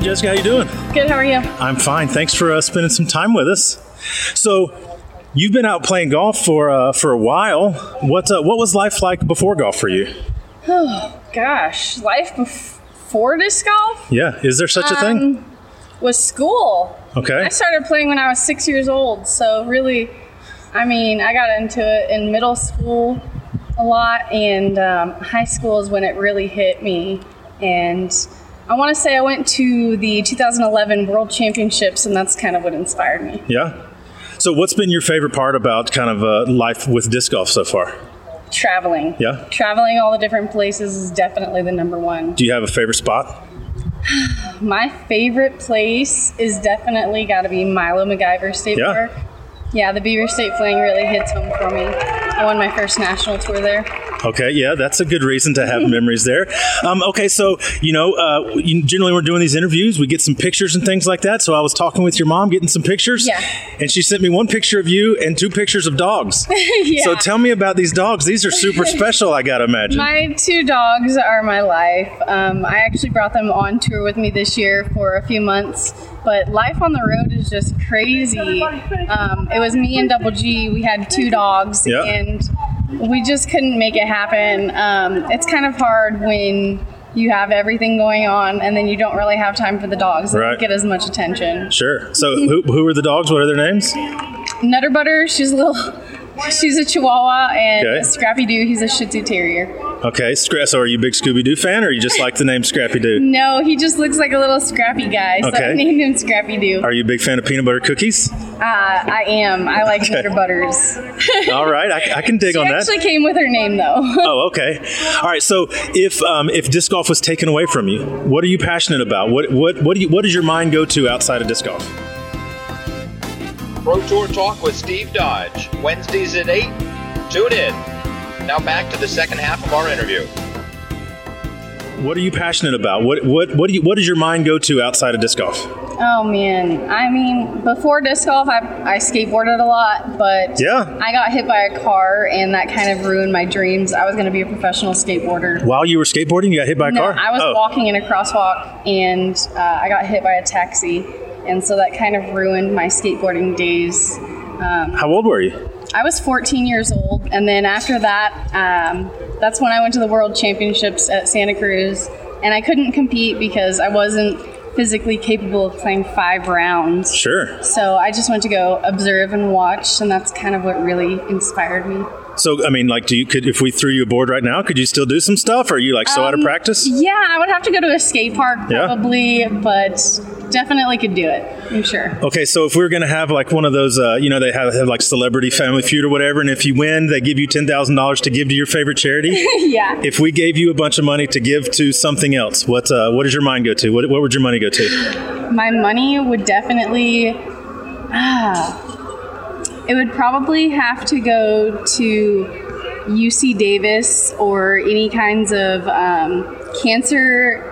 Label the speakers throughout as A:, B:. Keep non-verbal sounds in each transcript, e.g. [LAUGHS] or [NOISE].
A: Jessica. How you doing?
B: Good. How are you?
A: I'm fine. Thanks for uh, spending some time with us. So, you've been out playing golf for uh, for a while. What uh, what was life like before golf for you?
B: Oh gosh, life before disc golf
A: Yeah, is there such a thing?
B: was school.
A: Okay.
B: Um, I started playing when I was six years old, so really, I mean, I got into it in middle school a lot, and um, high school is when it really hit me. And I want to say I went to the 2011 World Championships, and that's kind of what inspired me.
A: Yeah. So, what's been your favorite part about kind of uh, life with disc golf so far?
B: Traveling.
A: Yeah.
B: Traveling all the different places is definitely the number one.
A: Do you have a favorite spot?
B: My favorite place is definitely got to be Milo MacGyver State
A: Yeah.
B: Park. Yeah, the Beaver State Fling really hits home for me. I won my first national tour there. [LAUGHS]
A: Okay, yeah, that's a good reason to have memories there. Um, okay, so you know, uh, you- generally we're doing these interviews, we get some pictures and things like that. So I was talking with your mom, getting some pictures,
B: Yeah.
A: and she sent me one picture of you and two pictures of
B: [LAUGHS]
A: dogs. So
B: Yeah.
A: tell me about these dogs. These are
B: [LAUGHS]
A: super special, I gotta imagine.
B: My two dogs are my life. Um, I actually brought them on tour with me this year for a few months, but life on the road is just crazy. Um, it was me and Double G. We had two dogs,
A: Yeah.
B: and we just couldn't make it happen. Um, it's kind of hard when you have everything going on and then you don't really have time for the dogs. They don't
A: Right.
B: get as much attention.
A: sure. So who, who are the dogs? What are their names?
B: Nutter Butter, she's a little. [LAUGHS] She's a Chihuahua, and
A: Okay.
B: Scrappy Doo, he's a Shih Tzu Terrier.
A: Okay, Scra- so are you a big Scooby Doo fan, or you
B: [LAUGHS]
A: just like the name Scrappy Doo?
B: No, he just looks like a little scrappy guy, so
A: Okay.
B: I named him Scrappy Doo.
A: Are you a big fan of peanut butter
B: [LAUGHS]
A: cookies?
B: Uh, I am. I like
A: Okay.
B: Nutter Butters.
A: All right, I, I can dig
B: She
A: on that.
B: actually came with her name though. [LAUGHS]
A: Oh, okay. All right. So, if um, if disc golf was taken away from you, what are you passionate about? What what what do you, what does your mind go to outside of disc golf?
C: Pro Tour Talk with Steve Dodge, Wednesdays at 8. Tune in. Now back to the second half of our interview.
A: What are you passionate about? What what what do you, what does your mind go to outside of disc golf?
B: oh man. I mean, before disc golf, I, I skateboarded a lot, but
A: Yeah.
B: I got hit by a car, and that kind of ruined my dreams. I was going to be a professional skateboarder.
A: While you were skateboarding, you got hit by a
B: No,
A: car.
B: I was
A: Oh,
B: walking in a crosswalk, and uh, I got hit by a taxi, and so that kind of ruined my skateboarding days. Um,
A: How old were you?
B: I was 14 years old, and then after that, um, that's when I went to the World Championships at Santa Cruz, and I couldn't compete because I wasn't physically capable of playing five rounds.
A: Sure.
B: So I just went to go observe and watch, and that's kind of what really inspired me.
A: So, I mean, like, do you could if we threw you a board right now, could you still do some stuff? Or are you like so out of practice?
B: Um, Yeah, I would have to go to a skate park
A: Yeah.
B: probably, but definitely could do it. I'm sure. [LAUGHS]
A: Okay, so if we were going to have like one of those, uh, you know, they have, have like Celebrity Family Feud or whatever, and if you win, they give you ten thousand dollars to give to your favorite charity.
B: Yeah.
A: If we gave you a bunch of money to give to something else, what uh, what does your mind go to? What, what would your money go to?
B: my money would definitely ah, it would probably have to go to UC Davis or any kinds of um, cancer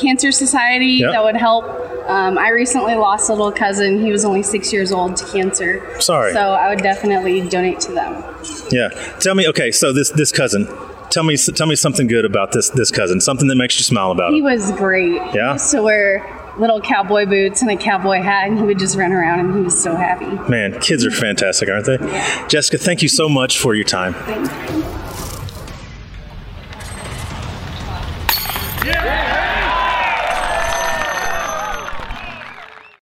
B: cancer society
A: Yeah.
B: that would help. Um, I recently lost a little cousin. He was only six years old to cancer.
A: Sorry.
B: So I would definitely donate to them.
A: Yeah, tell me. Okay, so this this cousin, tell me tell me something good about this this cousin, something that makes you smile about
B: He
A: him.
B: was great.
A: Yeah?
B: He used to wear little cowboy boots and a cowboy hat, and he would just run around, and he was so happy.
A: Man, kids are fantastic, aren't they? Jessica, thank you so much for your time.